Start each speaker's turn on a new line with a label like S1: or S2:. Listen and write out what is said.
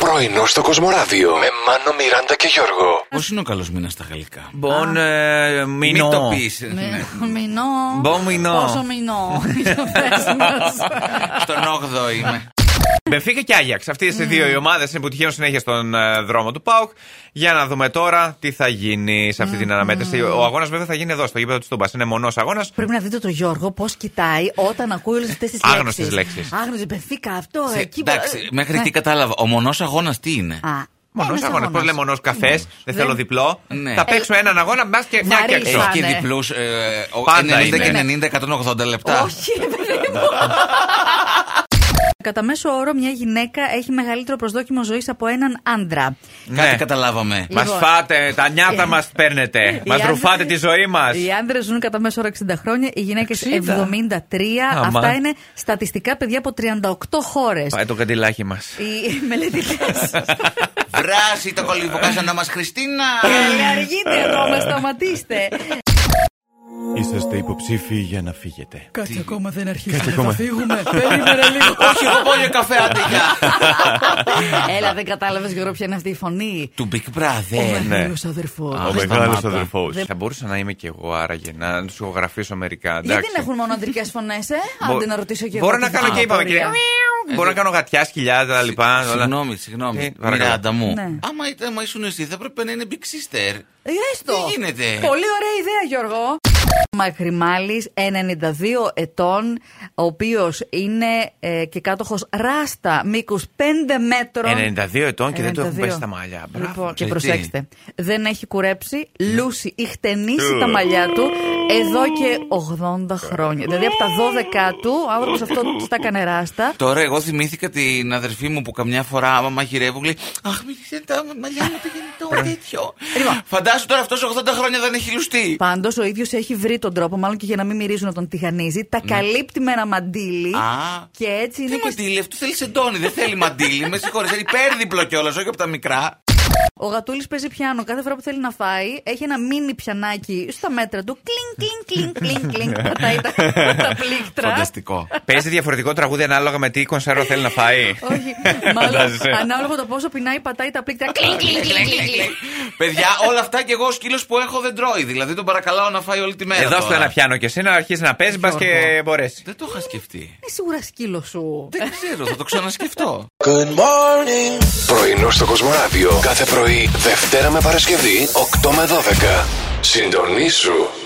S1: Πρωινό στο Κοσμοράδιο με Μάνο, Μιράντα και Γιώργο.
S2: Πώς είναι ο καλός μήνας στα γαλλικά.
S3: Bon ε,
S2: Μην
S3: μηνό.
S2: το πεις.
S4: Ναι, Μηνό.
S3: Μπο Ναι. μηνό.
S4: Πόσο μηνό. Πες μας.
S2: Στον 8ο είμαι.
S3: Μπενφίκα και Ε, Άγιαξ. Αυτέ οι δύο οι ομάδες είναι που τυχαίνουν συνέχεια στον ε, δρόμο του ΠΑΟΚ. Για να δούμε τώρα τι θα γίνει σε αυτή την αναμέτρηση. Ο αγώνας βέβαια θα γίνει εδώ, στο γήπεδο της Τούμπας. Είναι μονός αγώνας.
S4: Πρέπει να δείτε τον Γιώργο πώς κοιτάει όταν ακούει όλες αυτές τις λέξεις.
S3: Άγνωστες λέξεις.
S4: Άγνωστες, μπεθήκα αυτό, εκεί. Ε, ναι.
S2: Εντάξει, μέχρι τι κατάλαβα. Ο μονός αγώνας τι είναι.
S4: Α,
S3: Μονός
S4: ένας
S3: αγώνας. Πώς λέμε μονός καφές. Δεν θέλω διπλό.
S2: Ναι.
S3: Θα παίξω έναν αγώνα, μπας και μια και
S4: Βαρύς
S3: έξω.
S2: Έχει και
S4: ναι.
S2: διπλού.
S3: Πάντα
S2: 90
S3: είναι.
S2: και 90, 180 λεπτά.
S4: Όχι, ρε παιδί μου. Κατά μέσο όρο, μια γυναίκα έχει μεγαλύτερο προσδόκιμο ζωής από έναν άντρα.
S2: Κάτι
S3: Ναι.
S2: καταλάβαμε.
S3: Μα
S4: Λοιπόν.
S3: φάτε, τα νιάτα μας παίρνετε.
S4: Οι
S3: Μας
S4: άνδρες-
S3: ρουφάτε τη ζωή μας.
S4: Οι άντρες ζουν κατά μέσο όρο 60 χρόνια, οι γυναίκες 73.
S3: Αμά.
S4: Αυτά είναι στατιστικά παιδιά από 38 χώρες.
S3: Πάει το καντιλάκι μας.
S4: Οι μελετητές.
S2: Βράσει το κολυμποκάσανό μας, Χριστίνα.
S4: Ε. Καλλιεργείτε εδώ, με σταματήστε.
S5: Είσαστε υποψήφοι για να φύγετε.
S4: Κάτσε ακόμα δεν αρχίσαμε.
S5: Κάτσε ακόμα.
S4: Θα φύγουμε. Περίμενε λίγο.
S2: Όχι, εγώ πω για καφέ, άντε γεια.
S4: Έλα, δεν κατάλαβες Γιώργο ποια είναι αυτή η φωνή.
S2: Του Big
S4: Ο
S3: Ε, ναι.
S2: Brother.
S4: μεγάλος αδερφός.
S2: Α,
S5: Ο
S2: σταμάτα.
S5: μεγάλος αδερφός.
S3: Θα μπορούσα να είμαι κι εγώ άραγε, να του ηχογραφήσω μερικά.
S4: Γιατί
S3: εντάξει.
S4: δεν έχουν μόνο αντρικές φωνές, ε?
S3: Μπο-
S4: Άντε να ρωτήσω και εγώ.
S3: Μπορώ
S4: τι
S3: να
S4: θα
S3: κάνω και
S4: πω
S3: είπαμε
S4: τώρα.
S3: κύριε. Μπορώ να κάνω γατιά, σκυλιά, τα λοιπά. όλα.
S2: Ε, Συγγνώμη, συγγνώμη.
S3: Τι, παρακαλώ.
S2: Μιράντα μου.
S4: Ναι.
S2: Άμα ήταν άμα ήσουν εσύ, θα έπρεπε να είναι Big Sister.
S4: Ε, Έστω.
S2: Τι γίνεται?
S4: Πολύ ωραία ιδέα, Γιώργο. Μακριμάλης, 92 ετών, ο οποίος είναι ε, και κάτοχος ράστα, μήκους 5 μέτρων.
S3: 92 ετών και δεν του έχουν
S4: 92.
S3: πέσει τα μαλλιά. Μπράβο.
S4: Λοιπόν, και
S2: γιατί?
S4: προσέξτε. Δεν έχει κουρέψει, λούσει, χτενίσει τα μαλλιά του εδώ και 80 χρόνια. Δηλαδή από τα 12 του, ο άνθρωπος αυτό στα έκανε ράστα.
S2: Τώρα εγώ θυμήθηκα την αδερφή μου που καμιά φορά άμα μαγειρεύω λέει Αχ, μίλησε τα μαλλιά μου το γεννητό τέτοιο.
S4: Λοιπόν.
S2: Φαντάσου τώρα αυτός 80 χρόνια δεν έχει λουστεί.
S4: Πάντως ο ίδιος έχει βρει τον τρόπο, μάλλον και για να μην μυρίζουν όταν τηγανίζει,
S3: Ναι.
S4: τα καλύπτει με ένα μαντίλι.
S2: Α.
S4: Και έτσι είναι
S2: Τι
S4: και
S2: μαντήλι, αυτό θέλει σεντόνι, δεν θέλει μαντήλι. Με συγχωρείτε, θέλει υπέρδιπλο κιόλας, όχι από τα μικρά.
S4: Ο Γατούλης παίζει πιάνο. Κάθε φορά που θέλει να φάει, έχει ένα μίνι πιανάκι στα μέτρα του. Κλίν, κλίν, κλίν, κλίν, κλίν. Πατάει τα, τα πλήκτρα.
S2: Φανταστικό.
S3: Παίζει διαφορετικό τραγούδι ανάλογα με τι κονσέρο θέλει να φάει.
S4: Όχι. Μάλλον
S3: Φαντάζεσαι.
S4: ανάλογα με το πόσο πεινάει, πατάει τα πλήκτρα. Κλίν, κλίν, κλίν, κλίν, κλίν.
S2: Παιδιά, όλα αυτά και εγώ ο σκύλος που έχω δεν τρώει. Δηλαδή τον παρακαλάω να φάει όλη τη μέρα.
S3: Εδώ στο
S2: τώρα.
S3: ένα πιάνο και εσύ να αρχίσεις να παίζει, μπας και μπορέσεις.
S2: Δεν το είχα σκεφτεί.
S4: Είναι σίγουρα σκύλο σου.
S2: Δεν ξέρω, θα το ξανασκεφτώ.
S1: Πρωινό στο Κοσμοράδιο κάθε πρωί, Δευτέρα με Παρασκευή, 8 με 12. Συντονίσου.